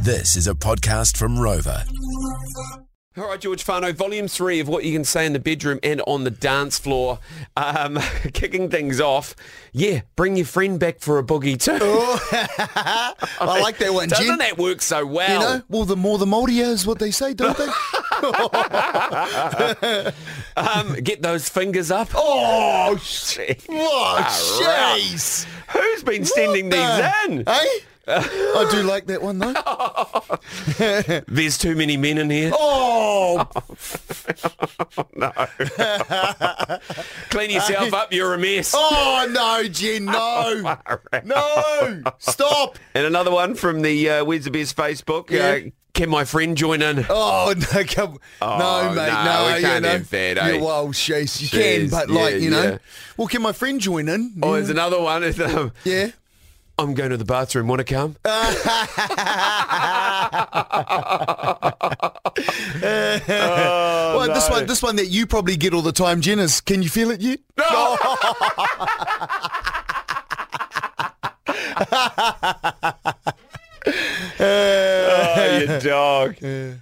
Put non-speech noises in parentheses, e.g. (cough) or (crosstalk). This is a podcast from Rover. All right, George Fano, volume three of what you can say in the bedroom and on the dance floor. Um, (laughs) kicking things off. Yeah, bring your friend back for a boogie too. I like that (laughs) one. Doesn't Jen. that work so well? You know, well, the more the moldier is what they (laughs) say, don't they? um, get those fingers up. (laughs) oh, sh- Jeez. what? Far out. Jeez. Who's been sending Oh, What the- these in? Hey? I do like that (laughs) one, though. There's too many men in here. Oh, Clean yourself up, you're a mess. oh no, Jen, (laughs) no. No, stop. And another one from the uh, Where's the Best Facebook. Yeah. Uh, can my friend join in? Oh, no, come. Oh, no, mate, no, no. we you can't know. have that, eh? Yeah, well, jeez, you Jeez, can, but yeah, like, you know. yeah. Well, can my friend join in? Oh, there's another one. (laughs) It's, um, yeah. I'm going to the bathroom. Want to (laughs) come? (laughs) well, Oh, this (laughs) one, this one that you probably get all the time, Jen, is can you feel it yet? oh, you dog.